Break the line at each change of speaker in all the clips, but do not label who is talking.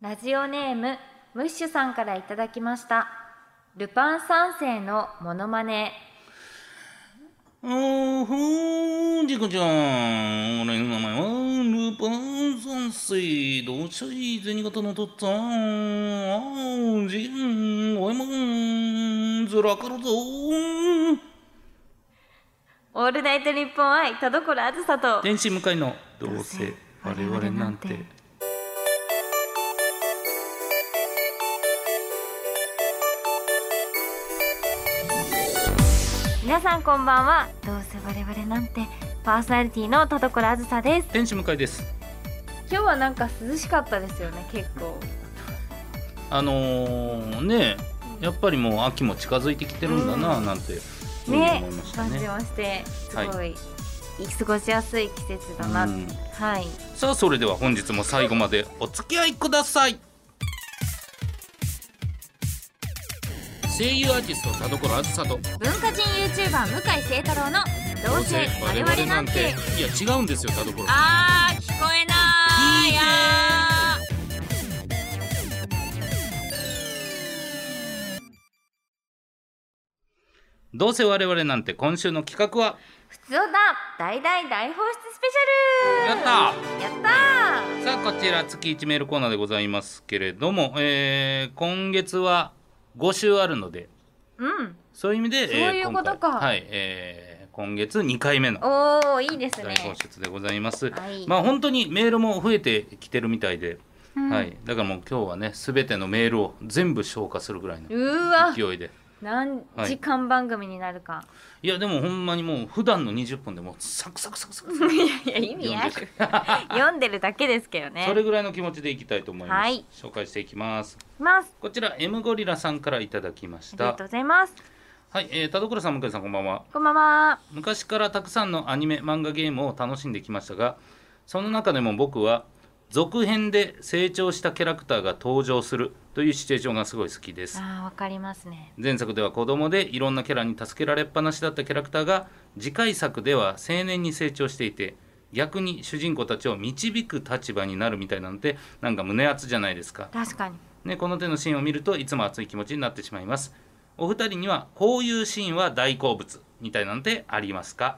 ラジオネームムッシュさんからいただきましたルパン三世のモノマネ
あふんじこちゃん俺の名前はルパン三世どうしたい銭形のとっつぁんあじんおいもんずらかるぞ
オールナイト日本愛田所あずさと
天使向かいのどうせ我々なんて
皆さんこんばんはどうせ我々なんてパーソナリティの田所あずさです
天使向かいです
今日はなんか涼しかったですよね結構
あのー、ねやっぱりもう秋も近づいてきてるんだななんて、うん、
ね
思いました
感じ
ね
ましてすごい、
は
過ごしやすい季節だな、
うん
はい
さあそれでは本日も最後までお付き合いください声優アーティスト田所あずさと
文化人 YouTuber 向井聖太郎の「どうせ我々なんて
いや違うんですよ田所」
あー聞こえなーいや
どうせ我々なんて今週の企画は
ーふつおだ大大大放出スペシャ
やっ
ル
た
やった
さあこちら月1メールコーナーでございますけれども、えー今月は5週あるので
ーうん
そういう意味で
そういうこと
今回
か
はい、えー今月2回目の
おーいいですね
大放出でございます、
はい
まあ本当にメールも増えてきてるみたいで、
うん
はい、だからもう今日はね全てのメールを全部消化するぐらいの
うーわ
勢いで
何
はい
時間番組になるか、
いやでもほんまにもう普段の20分でもうサクサクサクサク
い、やいや意味ある読んでるだけですけどね
それぐらいの気持ちでいきたいと思います、
はい
紹介していきます
ます
こちら M ゴリラさんからいただきま
あ
し
りが
た
とうございます
はい、えー、田所さん向井さんこんばんは
こんばんは
昔からたくさんのアニメ漫画ゲームを楽しんできましたがその中でも僕は続編で成長したキャラクターが登場するというシチュエーションがすごい好きです
あーわかりますね
前作では子供でいろんなキャラに助けられっぱなしだったキャラクターが次回作では青年に成長していて逆に主人公たちを導く立場になるみたいなのでなんか胸熱じゃないですか、
確かに
ね、この手のシーンを見るといつも熱い気持ちになってしまいますお二人にはこういうシーンは大好物みたいなのでありますか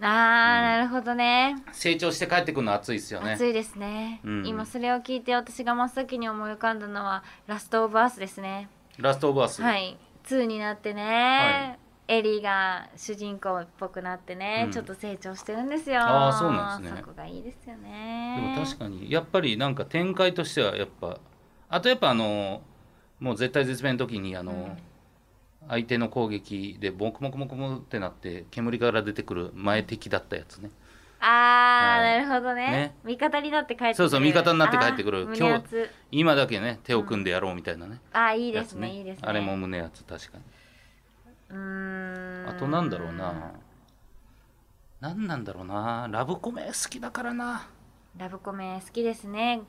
あー、なるほどね
成長して帰ってくるの熱いですよね
暑いですね、
うん
今それを聞いて私が真っ先に思い浮かんだのはラストオブアースですね
ラストオブアース、
はい2になってね、エリーが主人公っぽくなってね、
うん
ちょっと成長してるんですよ
あーそうなんですね
そこがいいですよ
で
ね
も確かにやっぱりなんか展開としてはやっぱあとやっぱあのもう絶対絶命の時にあの、
うん
相手の攻撃でボクモクモクモクってなって煙から出てくる前敵だったやつね
あー、
は
な
い
るほどね
ね
味方になって帰ってくる
そうそう味方になって帰ってくる
あー胸
今日
熱
今だけね手を組んでやろうみたいなね、
あーいいで
や
す
つ
ねいいですね
あれも胸熱確かに
うーん
あとなんだろうな何なんだろうなラブコメ好きだからな
ラブコメ好きですね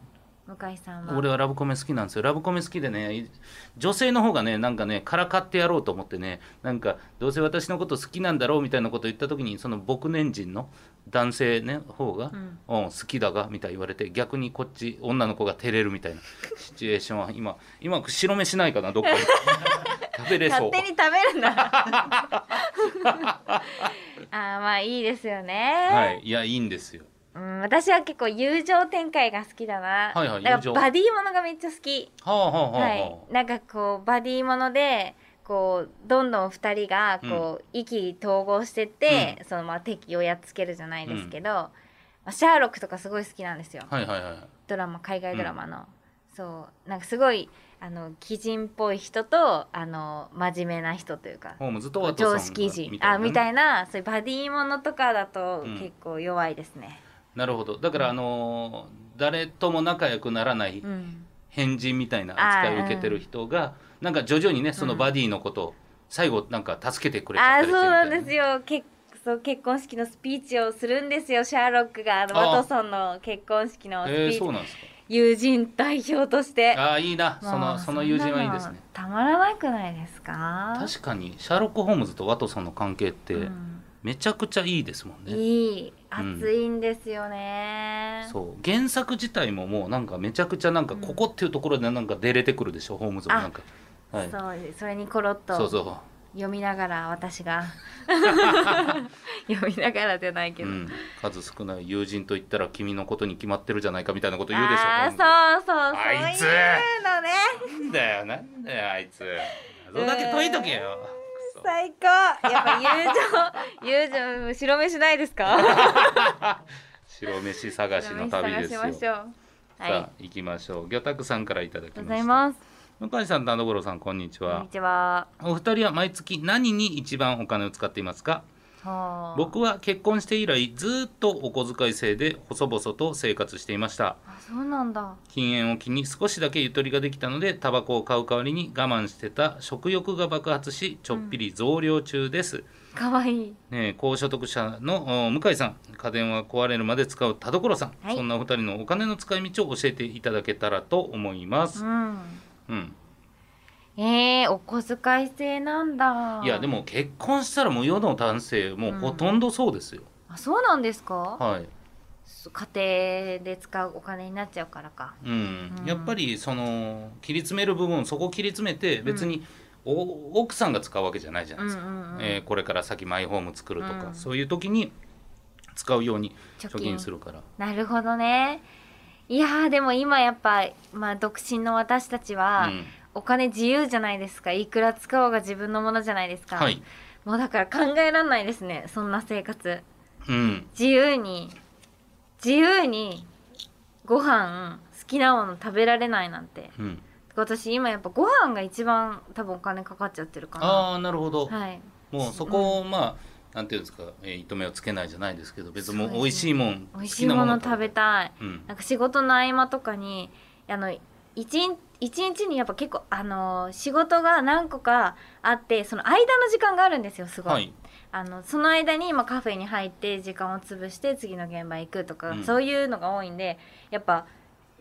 向井さんは
俺はラブコメ好きなんですよラブコメ好きでねい女性の方がねなんかねからかってやろうと思ってねなんかどうせ私のこと好きなんだろうみたいなこと言った時にその僕年人の男性ね方が、
うん
うん好きだがみたいに言われて逆にこっち女の子が照れるみたいなシチュエーションは今今白飯ないかなど っかに食べれそ
勝
う
手に食べるな あーまあいいですよね、
はいいやいいんですよ
うん、私は結構友情展開が好きだな、
はいはい
だ
友
か
情
らバディものがめっちゃ好き、
はあはあはあ、
は、
はい
なんかこうバディものでこうどんどん二人がこう、意気投合してって、そのまあ敵をやっつけるじゃないですけど、まあシャーロックとかすごい好きなんですよ
はいはいはい
ドラマ海外ドラマの、そうなんかすごいあの鬼人っぽい人とあの真面目な人というか
ホームズとワトソン
常
が
識人
みたい
あ
なね
みたいなそういうバディものとかだと
うん
結構弱いですね、
なるほどだからあのー誰とも仲良くならない
うん
変人みたいな扱いを受けてる人が、なんか徐々にねそのバディのことを最後なんか助けてくれちゃ
あ
っ
ーそうな
たりしてみた
いん
な
ですよ結そう結婚式のスピーチをするんですよシャーロックがあの
あー
ワトソンの結婚式のスピ
え
ー
ー、
チ、
そうなんですか
友人代表として
ああいいなそ
も
の
う
その友人はいいです
そんな
ね
のたまらなくないですか
確かにシャーロック・ホームズとワトソンの関係って
うん
めちゃくちゃいいですもんね、
いい
うん
熱いんですよね、
そう原作自体ももうなんかめちゃくちゃなんかここっていうところでなんか出れてくるでしょ、ホームズもなんか、はい、
そうそれにコロッ
そう
と
そ
読みながら私が 読みながらじゃないけ
う、う
ど、
ん、数少ない友人と言ったら君のことに決まってるじゃないかみたいなこと言うでしょ
ああ
ホーム
そうそうそう
あいつ
そういうのね
ズなんだよなんだよあいつそれだけ解いとけよ、くそ
最高やっぱ友情友情白飯ないですか
白飯探しの旅ですよ
白飯探しましょうはい
さあ行きましょう魚拓さんからいただ
あ
き
りがとうござ
ま
いま
した
す
向井さん田所さんこんにち
こん
は
にちは
お二人は毎月何に一番お金を使っていますか
はあ
僕は結婚して以来ずーっとお小遣い制で細々と生活していました
あそうなんだ
禁煙を機に少しだけゆとりができたのでタバコを買う代わりに我慢してた食欲が爆発しちょっぴり増量中です、
可愛い
ねえ高所得者のお向井さん家電は壊れるまで使う田所さん、
はい
そんなお二人のお金の使い道を教えていただけたらと思いま
う
す、
ん
うん、
えー、お小遣い制なんだ
いやでも結婚したら無用の男性もうほとんどそうですよ、
あそうなんですか
はい
そう家庭で使うお金になっちゃうからか
うん
うん
やっぱりその切り詰める部分そこ切り詰めて別にお奥さんが使うわけじゃないじゃ
う
ない
んう
ですか、
んうん
えーこれから先マイホーム作るとか、
うん
そういう時に使うように
貯
貯
金
金するから
なるほどねいやーでも今やっぱ、まあ、独身の私たちは、
うん
お金自由じゃないですかいくら使おうが自分のものじゃないですか、
はい、
もうだから考えられないですねそんな生活
うん、
自由に自由にご飯好きなもの食べられないなんて
うん、
私今やっぱご飯が一番多分お金かかっちゃってるかな
ああなるほど、
はい
もうそこをまあなんていうんですか、えー、糸目をつけないじゃないですけど別にもう
そうですね
美味しいもん
美味しいもの食べ
い、
たい
うん
なんか仕事の合間とかにあの一日一日にやっぱ結構あのー仕事が何個かあってその間の時間があるんですよすごい、
はい、
あのその間に、まあ、カフェに入って時間を潰して次の現場行くとか、
うん
そういうのが多いんでやっぱ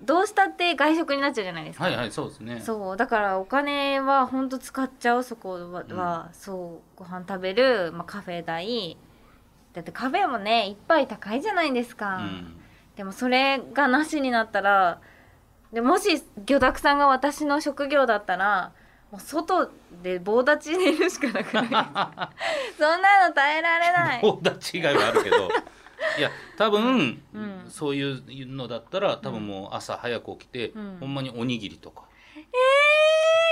どうしたって外食になっちゃうじゃないですか、
はいはいそうですね
そうだからお金は本当使っちゃうそこは、
うん
はそうご飯食べる、まあ、カフェ代だってカフェもね一杯高いじゃないです
う
か、
ん、
でもそれがなしになったらでもし魚拓さんが私の職業だったらもう外で棒立ちでいるしかなく ないそんなの耐えられない
大立ち以外はあるけどいや多分、
うん
そういうのだったら多分もう朝早く起きて、
うん
ほんまにおにぎりとか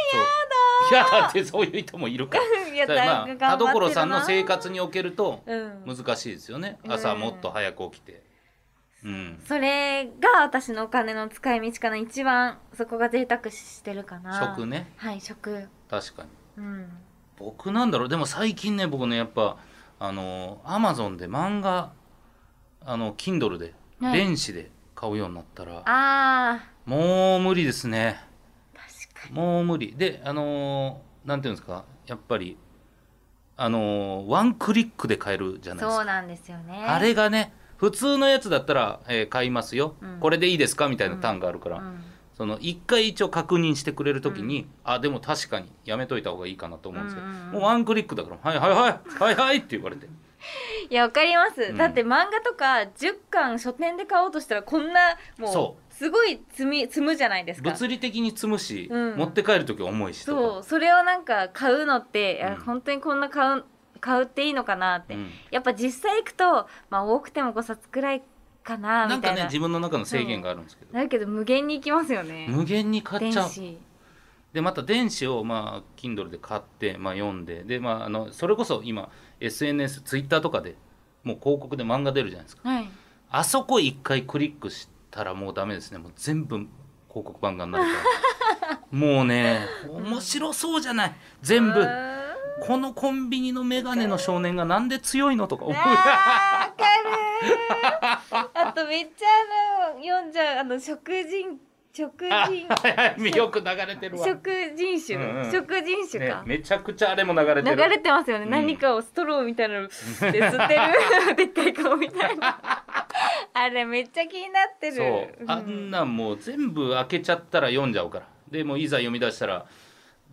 えー、やだいやだってそういう人もいるから
いや
だからまあ、
頑張っ
田
てるな
所さんの生活におけると
うん
難しいですよね、
うん
朝もっと早く起きてうん、
それが私のお金の使い道かな一番そこが贅沢してるかな
食ね
はい食
確かに
うん
僕なんだろうでも最近ね僕ねやっぱあのアマゾンで漫画あの Kindle で、
はい
電子で買うようになったら
あー
もう無理ですね
確か
もう無理であのーなんていうんですかやっぱりあのーワンクリックで買えるじゃ
に
ないです
そう
か
なんですよね
あれがね普通のやつだったら、えー買いますよ、
うん
これでいいですかみたいな単があるから、
うん
その一回一応確認してくれるときに、あでも確かにやめといた方がいいかなと思うんですけど、
うんうんうん
もうワンクリックだから「はいはいはいはいはい」って言われて
いやわかります、
ん
だって漫画とか10巻書店で買おうとしたらこんなも
そう
すごい積み積むじゃないですか
物理的に積むし、
うん
持って帰る時重いしとか
そうそれをなんか買うのって、いや
うん
本当にこんな買う買うっていいのかなって、
うん
やっぱ実際行くと、まあ、多くても5冊くらいかな
な
み
ん
た
か
いな
ね自分の中の制限があるんですけど、
だけど無限に行きますよね
無限に買っ
電
ちゃう
子
でまた電子をまあ Kindle で買って、まあ、読んでで、まあ、あのそれこそ今 SNSTwitter とかでもう広告で漫画出るじゃないですか
はい
あそこ一回クリックしたらもうダメですねもう全部広告漫画になるからもうね 面白そうじゃない全
う
部
ーん
このコンビニの眼鏡の少年がなんで強いのとか思う
あーわか るーあとめっちゃあの読んじゃうあの食人食
あ
人
はいはいよく流れてるわ、
食人種、
うんうん
食人種
ね
か、
めちゃくちゃあれも流れて
流
る
れてますよね、
うん
何かをストローみたいな ので吸ってる でっかい顔みたいなあれめっちゃ気になってる
そうあんなんもう全部開けちゃったら読んじゃうからでもういざ読み出したら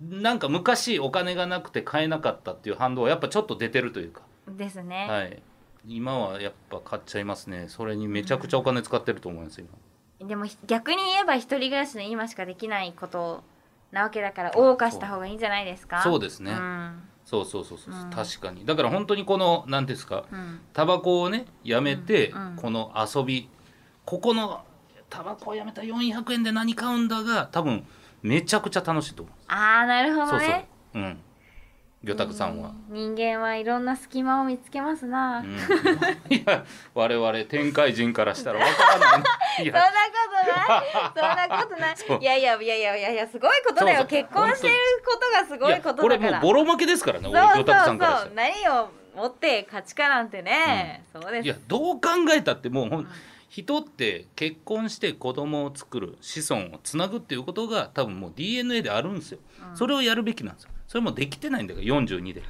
なんか昔お金がなくて買えなかったっていう反動はやっぱちょっと出てるというか、
うんですね、
はい、今はやっぱ買っちゃいますねそれにめちゃくちゃお金使ってると思います今
でもひ逆に言えば一人暮らしの今しかできないことなわけだから謳歌した方がいいんじゃないですか
そうですね
うん
そうそうそうそう、
うん
確かにだから本当にこの何ですか
うん
タバコをねやめて、
うんうん
この遊びここのタバコをやめた400円で何買うんだが多分めちゃくちゃ楽しいと思う
ああなるほ
そ
ど
うそう
ね
うん魚拓さんは、
人間はいろんな隙間を見つけますな、
う
そん
ん、いや我々天界人からしたらわからな いい
な
や
こと ないそんなことない
そう
いやいやいやいやいやいやすごいことだよ
そうそう
結婚してることがすご
い
い
や
こと
これ
だ
も
か
う
ら
ボロ負けですからね
そう
俺魚
そう
拓さんからし
そ
た
う
ら。
何を持って勝ちかなんてね、そうです
いやどう考えたってもうほん人って結婚して子供を作る子孫をつなぐっていうことが多分もう DNA であるんですよ、
うん
それをやるべきなんですよそれもできてないんだから42で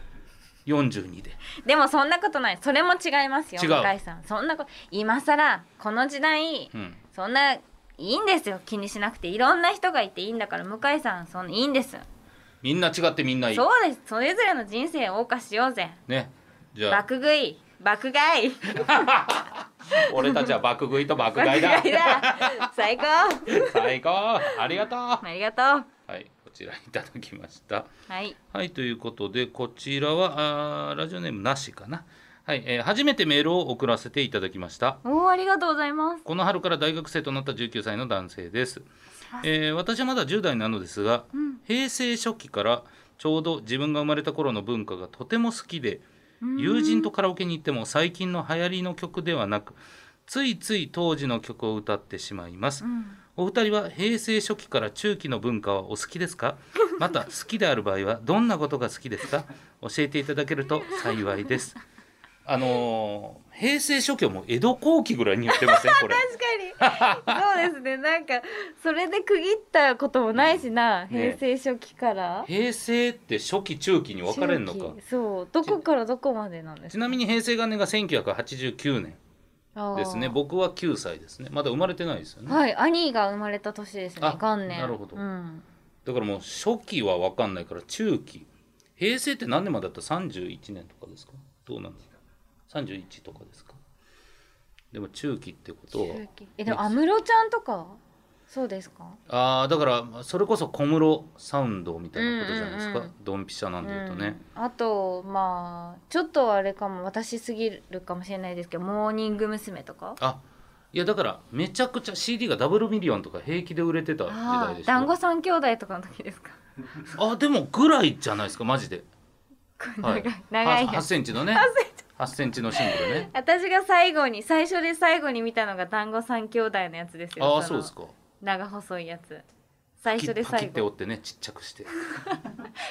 42で
でもそんなことないそれも違いますよ
違う
向井さんそんなこと今さらこの時代
うん
そんないいんですよ気にしなくていろんな人がいていいんだから向井さんそんいいんです
みんな違ってみんないい
そうですそれぞれの人生を謳歌しようぜ
ねじゃあ
爆食い爆買い
俺たちは爆食いと爆買いだ
爆買いだ最高
最高ありがとう
ありがとう
はいこちらいただきました
はい
はい、ということで、こちらは、あーラジオネームなしかな。はい、えー初めてメールを送らせていただきました。
おーありがとうございます
この春から大学生となった19歳の男性です。えー私はまだ10代なのですが、
うん
平成初期からちょうど自分が生まれた頃の文化がとても好きで、
うん
友人とカラオケに行っても最近の流行りの曲ではなく、ついつい当時の曲を歌ってしまいます
う。ん
お二人は平成初期から中期の文化はお好きで すかまた好きである場合はどんなことが好きですか教えていただけると幸いですあのー平成初期はもう江戸後期ぐらいに言ってませんこれ
確か にそうですねなんかそれで区切ったこともないしな、
ね
平成初期から
平成って初期中期に分かれるのか
中期そうどこからどこまでなんです
ち
か
なみに平成元年が1989年
あー
ですね僕は9歳ですねまだ生まれてないですよね
はい兄が生まれた年ですね
あ
元年
なるほど
うん、
だからもう初期は分かんないから中期平成って何年までだった31年とかですかどうなんですか31とかですかでも中期ってことは
中期えでも安室ちゃんとかそうですか
ああだからそれこそ小室サウンドみたいなことじゃないですか、
うんうんう
ドンピシャなんで言うとね、
うん、あとまあちょっとあれかも私すぎるかもしれないですけどモーニング娘。とか
あいやだからめちゃくちゃ CD がダブルミリオンとか平気で売れてた時
あ
代
あ
でし
団子
た
三兄弟とかの時ですか
あでもぐらいじゃないですかマジで、
長い、長
はいい、
よ
8センチのね8センチのシングルね
私が最後に最初で最後に見たのが団子三兄弟のやつですよ
あ
の
あそうですか
長細いやつ最
切
初で
パキ
最
って折
後
ってねちっちゃくして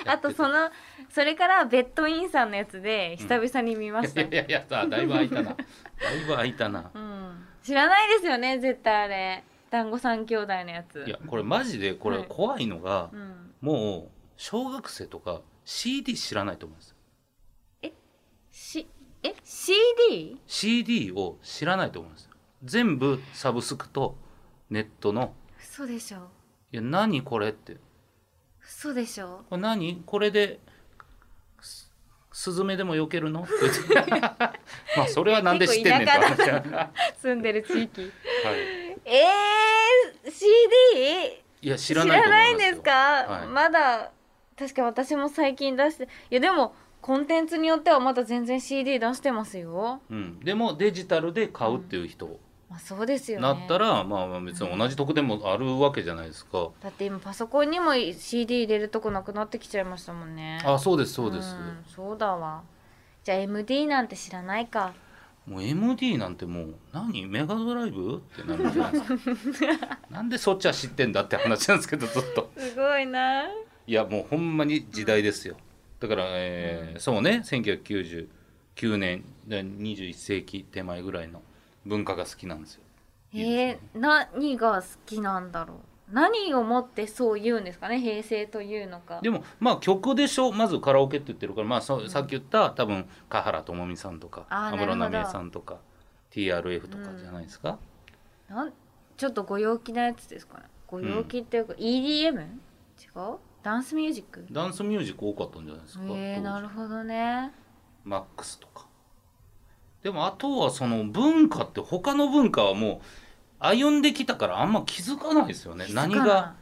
あとそ
の
のそれからベッドインさんのやつで
うん
久々に見ました、
いやいやいやだいぶ空いたなだいぶ空いたな
うん、知らないですよね絶対あれ団子三兄弟のやつ
いやこれマジでこれ怖いのが、
うん、
もう小学生とか CD 知らないと思うんですよ
しえ CD?
CD を知らないと思うんですよ全部サブスクとネットの
嘘でしょ
「いや何これ?」って
嘘でしょ
「これ何これですスズメでも避け るの?」って言ってまあそれはなんで知ってんねんと
結構
話
田
だ、は
住んでる地域
い、
えー、CD?
いや知らないと思いますよ
んですか、
い
まだ確か私も最近出していやでもコンテンツによってはまだ全然 CD 出してますよ
うん、でもデジタルで買うっていう人、
まあそうですよね
なったら、まあまあ別に同じ特典もあるわけじゃないですか。
だって今パソコンにも CD 入れるとこなくなってきちゃいましたもんね
あ、そうですそうです。
んそうだわじゃあ MD なんて知らないか
もう MD なんてもう何メガドライブってなるじゃないです か。なんでそっちは知ってんだって話なんですけどずっと。
すごいない
やもうほんまに時代ですよ。だから、えーそうね1999年で21世紀手前ぐらいの文化が好きなんですよ。いいです
えー、何が好きなんだろう何をもってそう言うんですかね平成というのか
でもまあ曲でしょまずカラオケって言ってるから、まあ、そさっき言った多分華原朋美さんとか
あー
安室奈美
なる
恵
ほど
さんとか TRF とかじゃないですか、
なんちょっとご陽気なやつですかねご陽気っていうか、EDM? 違うダンスミュージック
ダンスミュージック多かったんじゃないですか、
えー、なる
ほ
ほどね
マックスとかでもあとはその文化って他の文化はもう歩んできたからあんま気づかないですよね
気づかない
何が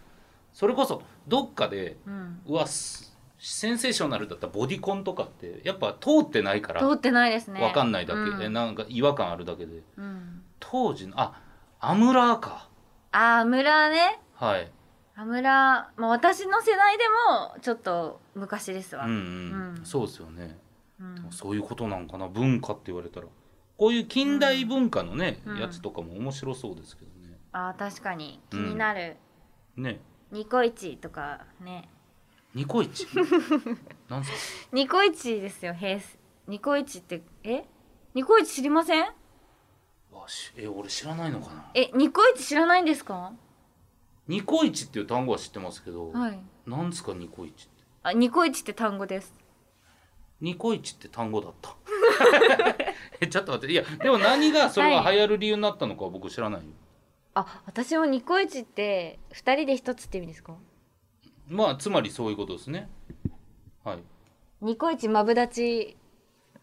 それこそどっかで
うん、
うわすセンセーショナルだったボディコンとかってやっぱ通ってないから
通ってないですね
分かんないだけ、
うん
えなんか違和感あるだけで
うん、
当時のあアムラーか
あー村ね
はい
あ村、まあ、私の世代でもちょっと昔ですわ、
うんうん、
うん
そうですよね
うん
でもそういうことなんかな文化って言われたらこういう近代文化のね、
うん
やつとかも面白そうですけどね
あー確かに気になる、
ね
ニコイチとかね
ニコイ チなんすか
ニコイチですよ平成ニコイチってえニコイチ知りません
わしえ俺知らないのかな
えニコイチ知らないんですか
ニコイチっていう単語は知ってますけど、
はい
なんですかニコイチって
あニコイチって単語です
ニコイチって単語だったえちょっと待っていやでも何がそれが流行る理由になったのかは僕知らないよ、
あ私もニコイチって二人で一つって意味ですか
まあつまりそういうことですねはい
ニコイチマブダチ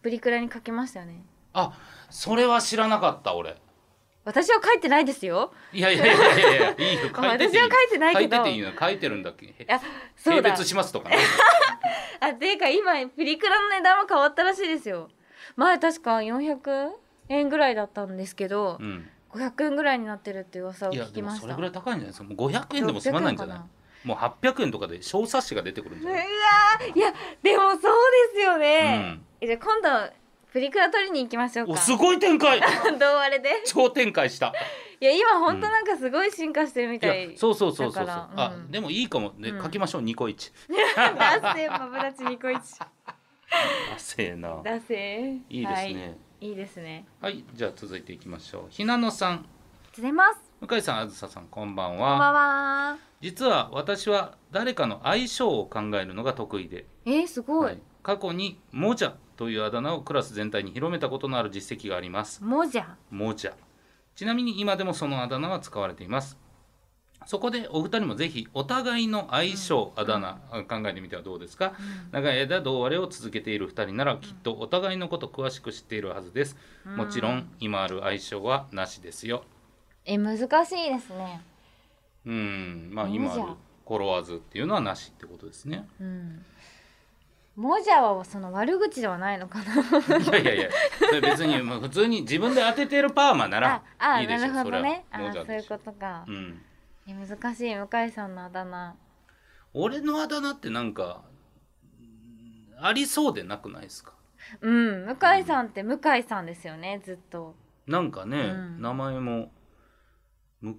プリクラに書きましたよね
あそれは知らなかった俺
私は書いてないですよ
いやいやいやいやいやいいよ書いてて
あ私
いい
は書いてないけど
書いてていいの書いてるんだっけ
あそ
性
うだ
別しますとかね
あていうか今プリクラの値段も変わったらしいですよ前確か400円ぐらいだったんですけど
う、ん
500円ぐらいになってるって噂を
い
聞
やで
き
も
まし
それ
た
ぐらい高いんじゃないですかもう500円でも済まないんじゃない
600か
もう800円とかで小冊子が出てくるんじ
う
ゃ
わ
ない、
ーいやでもそうですよね、えじゃあ今度プリクラ取りに行きましょうか
おすごい展開
どうあれで
超展開した
いや今ほんとなんかすごい進化してるみ
い
た
や
い
そうそうそうそうそう、
だから
あ
うん
でもいいかもね、
うん
書きましょうニコイチ
ダセーマブダチニコイチ
あせえな
ダセー
いいですね
はい、いいですね
はい、じゃあ続いていきましょうひなのさん
出ます
向井さんあずささんこんばん
こ
は
んばんは
実は私は誰かの相性を考えるのが得意で
えー、すごい、
はい過去にモジャというあだ名をクラス全体に広めたことのある実績があります
もじゃ
モジャちなみに今でもそのあだ名は使われていますそこでお二人もぜひお互いの相性、あだ名あ考えてみてはどうですか、長い間同我れを続けている二人ならきっとお互いのこと詳しく知っているはずです、もちろん今ある相性はなしですよ
え難しいですね
うんまあ今ある
モジャ
コロワーズっていうのはなしってことですね
うんもじゃはその悪口ではないのかない
やいやいやそれ別にまあ普通に自分で当ててるパーマな
あ
ら
あ
いいでしょ
なるほ
そ
どね
れ
あ
はモジャ
そう
で
いう
しょ
ことか、
うん
え難しい向井さんのあだ名
俺のあだ名ってなんかうんありそうでなくないですか
うん向井さんって向井さんですよねずっと
なんかね、
うん
名前も向井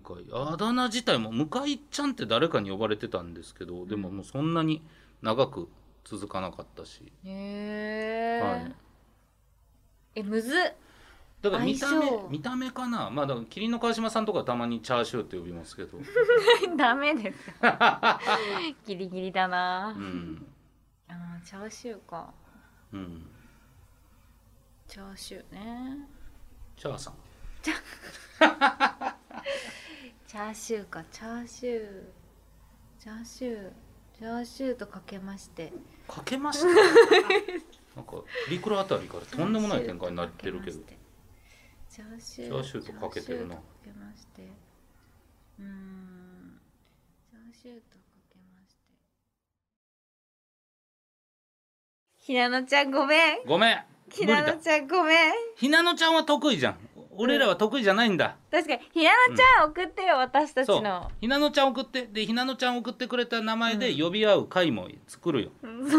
向井あだ名自体も向井ちゃんって誰かに呼ばれてたんですけどでももうそんなに長く続かなかったし、
へえ、
はい、
えむずっ
だから見た目
相性
見た目かなまあだから麒麟の川島さんとかたまにチャーシューって呼びますけど、
ダメです ギリギリだな、
うん
あーチャーシューか
うん、
チャーシューね
チャーさん
チャーシューかチャーシューチャーシューチャーシューとかけまして
か けましたなんかリクラあたりからとんでもない展開になってるけど
チャーシュ
チャーシューとかけてるな
チャーシューとかけましてうーんチャーシューとかけましてひなのちゃんごめん
ごめん無
ひ
理
な
だ
のちゃんごめん
ひなのちゃんは得意じゃん俺らは得意じゃないんだ、
確かにひなのちゃん送ってよ、私たち
そう
の
ひなのちゃん送ってでひなのちゃん送ってくれた名前で呼び合う会も作るよ、うんね、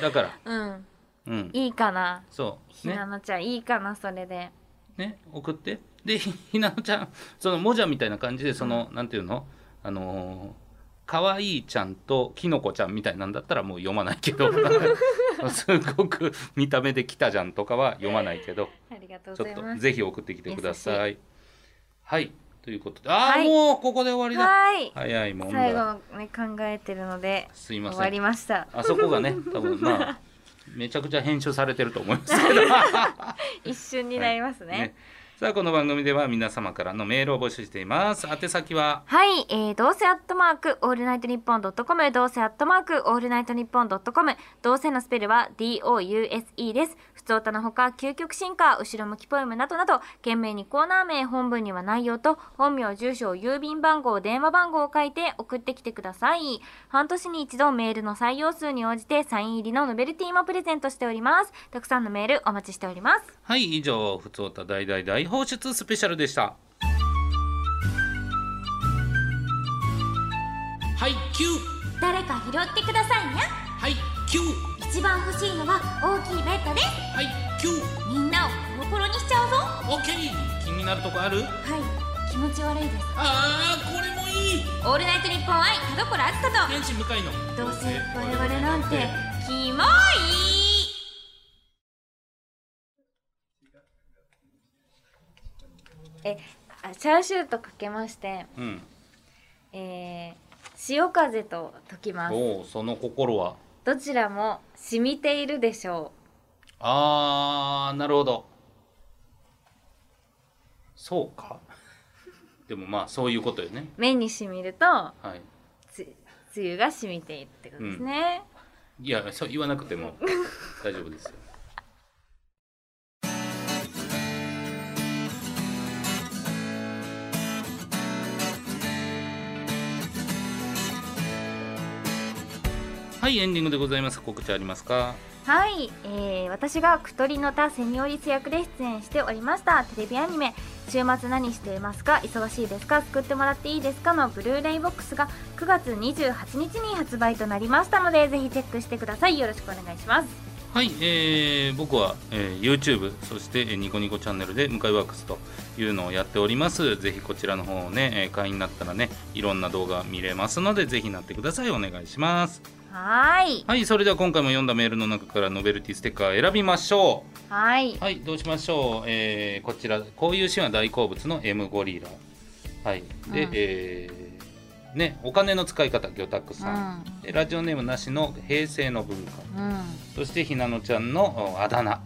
だから
うん
うん
いいかな
そう
ひ
ね
なのちゃん、いいかなそれで
ね送ってでひ ひなのちゃんそのもじゃみたいな感じでその、なんていうのあのーかわいいちゃんときのこちゃんみたいなんだったらもう読まない けどすごく見た目で来たじゃんとかは読まないけど
ありがとう
ち
ご
ょ
ざ
っ
い
と
ます
ぜひ送ってきてくださいはいということでああ、
はい
もうここで終わりだ
はい
早いもん
最
だ
後ね考えてるのです
いま
終
せ
わ
ん
りました
あそこがね、多分まあ、 めちゃくちゃ編集されてると思いますけど。
一瞬になりますね,、
さあこの番組では皆様からのメールを募集しています宛先は
はい、えー、どうせアットマークオールナイトニッポンドットコムどうせアットマークオールナイトニッポンドットコムどうせのスペルは DOUSE です普通歌のほか究極進化後ろ向きポエムなどなど懸命にコーナー名本文には内容と本名住所郵便番号電話番号を書いて送ってきてください半年に一度メールの採用数に応じてサイン入りのノベルティもプレゼントしておりますたくさんのメールお待ちしております
はい以上「ふつおた大大大放出スペシャル」でしたはいキュー
誰か拾ってくださいね
はいキュー
一番欲しいのは大きいベッドです
はいキュー
みんなをコロコロにしちゃうぞは
オッケー気になるとこある
い気持ち悪いです
あーこれもいい
オールナイトニッポン愛田所あずさ
天使向かいの
とどうせ我々なんてキモいえあチャーシューとかけまして、
うん
えー、潮風と解きます
おおその心は
どちらも染みているでしょ
あーなるほどそうかでもまあそういうことよね
う目に染みると
はい
つ梅雨が染みているってことですね、
いやそう言わなくても大丈夫ですよはいエンディングでございます告知ありますか
はい、えー私がくとりのたセニオリス役で出演しておりましたテレビアニメ「週末何していますか忙しいですか救ってもらっていいですか?」のブルーレイボックスが9月28日に発売となりましたのでぜひチェックしてくださいよろしくお願いします
はい、えー僕は、えー YouTube そしてえーニコニコチャンネルで向井ワークスというのをやっておりますぜひこちらの方をね、えー会員になったらねいろんな動画見れますのでぜひなってくださいお願いします
はーい
はいそれでは今回も読んだメールの中からノベルティステッカー選びましょ
はい、
うはいどうしましょう、えーこちらこういうシーンは大好物の M ゴリラはいで、
うん
えーねお金の使い方魚拓
う
さん、
ん
でラジオネームなしの平成の文化
う
そしてひなのちゃんのおあだ名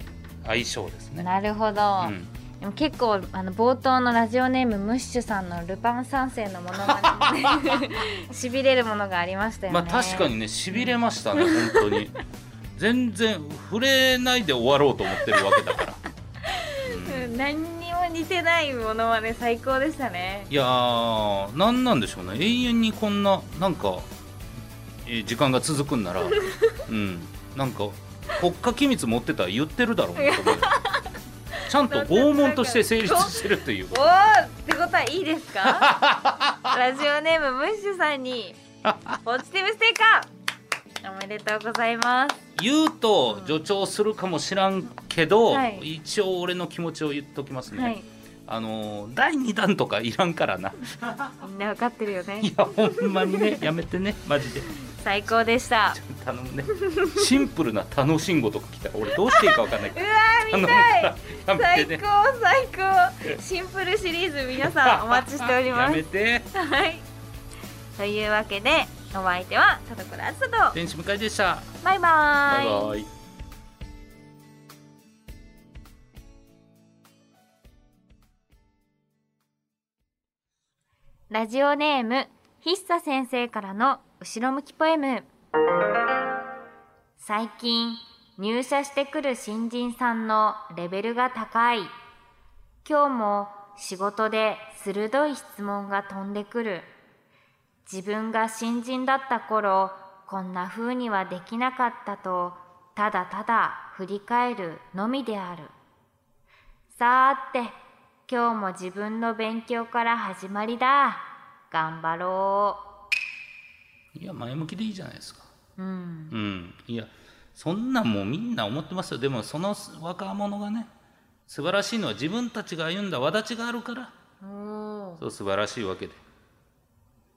相性です
ん、
ね。
なるほど、
うん、
でも結構あの冒頭のラジオネームムッシュさんの「ルパン三世」のものまね しびれるものがありましたよ
ま
ね
あ確かにねしびれましたね本 当に全然触れないで終わろうと思ってるわけ だから。うん
うん何にも似てないものまね最高でしたね
いやー何なんでしょうね永遠にこんななんか、えー時間が続くんな らうんなんか国家機密持ってたら言ってるだろうなと思う ちゃんと拷問として成立してるという
おーってことはいい ですかラジオネームムッシュさんにポジティブステッカーおめでとうございます
言うと助長するかもしらんけど、
はい
一応俺の気持ちを言っときますね、
はい
あのー第2弾とかいらんからな
みんなわかってるよ
い
ね
やほんまにねやめてねマジで
最高でした
頼むねシンプルな「楽しんご」とか来たら俺どうしていいかわかんないうけ
わー
ど
見たい
頼むからや
最
めてね
高最高シンプルシリーズ皆さんお待ちしておりま
やめ
す
て
はいというわけでお相手は田所あずさと
天使迎えでした
バイバ
バ
ー
イ
イ
バイ
ラジオネームひっさ先生からの後ろ向きポエム最近入社してくる新人さんのレベルが高い今日も仕事で鋭い質問が飛んでくる自分が新人だった頃こんな風にはできなかったとただただ振り返るのみであるさーて今日も自分の勉強から始まりだ頑張ろ
いや前向きでいいじゃないですか
ううん
うんいやそんなんもうみんな思ってますよでもその若者がね素晴らしいのは自分たちが歩んだ轍があるから
お
そう素晴らしいわけで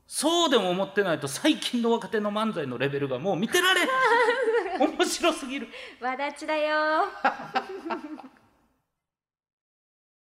そうでも思ってないと最近の若手の漫才のレベルが もう見てられん面白すぎる
わだちだよ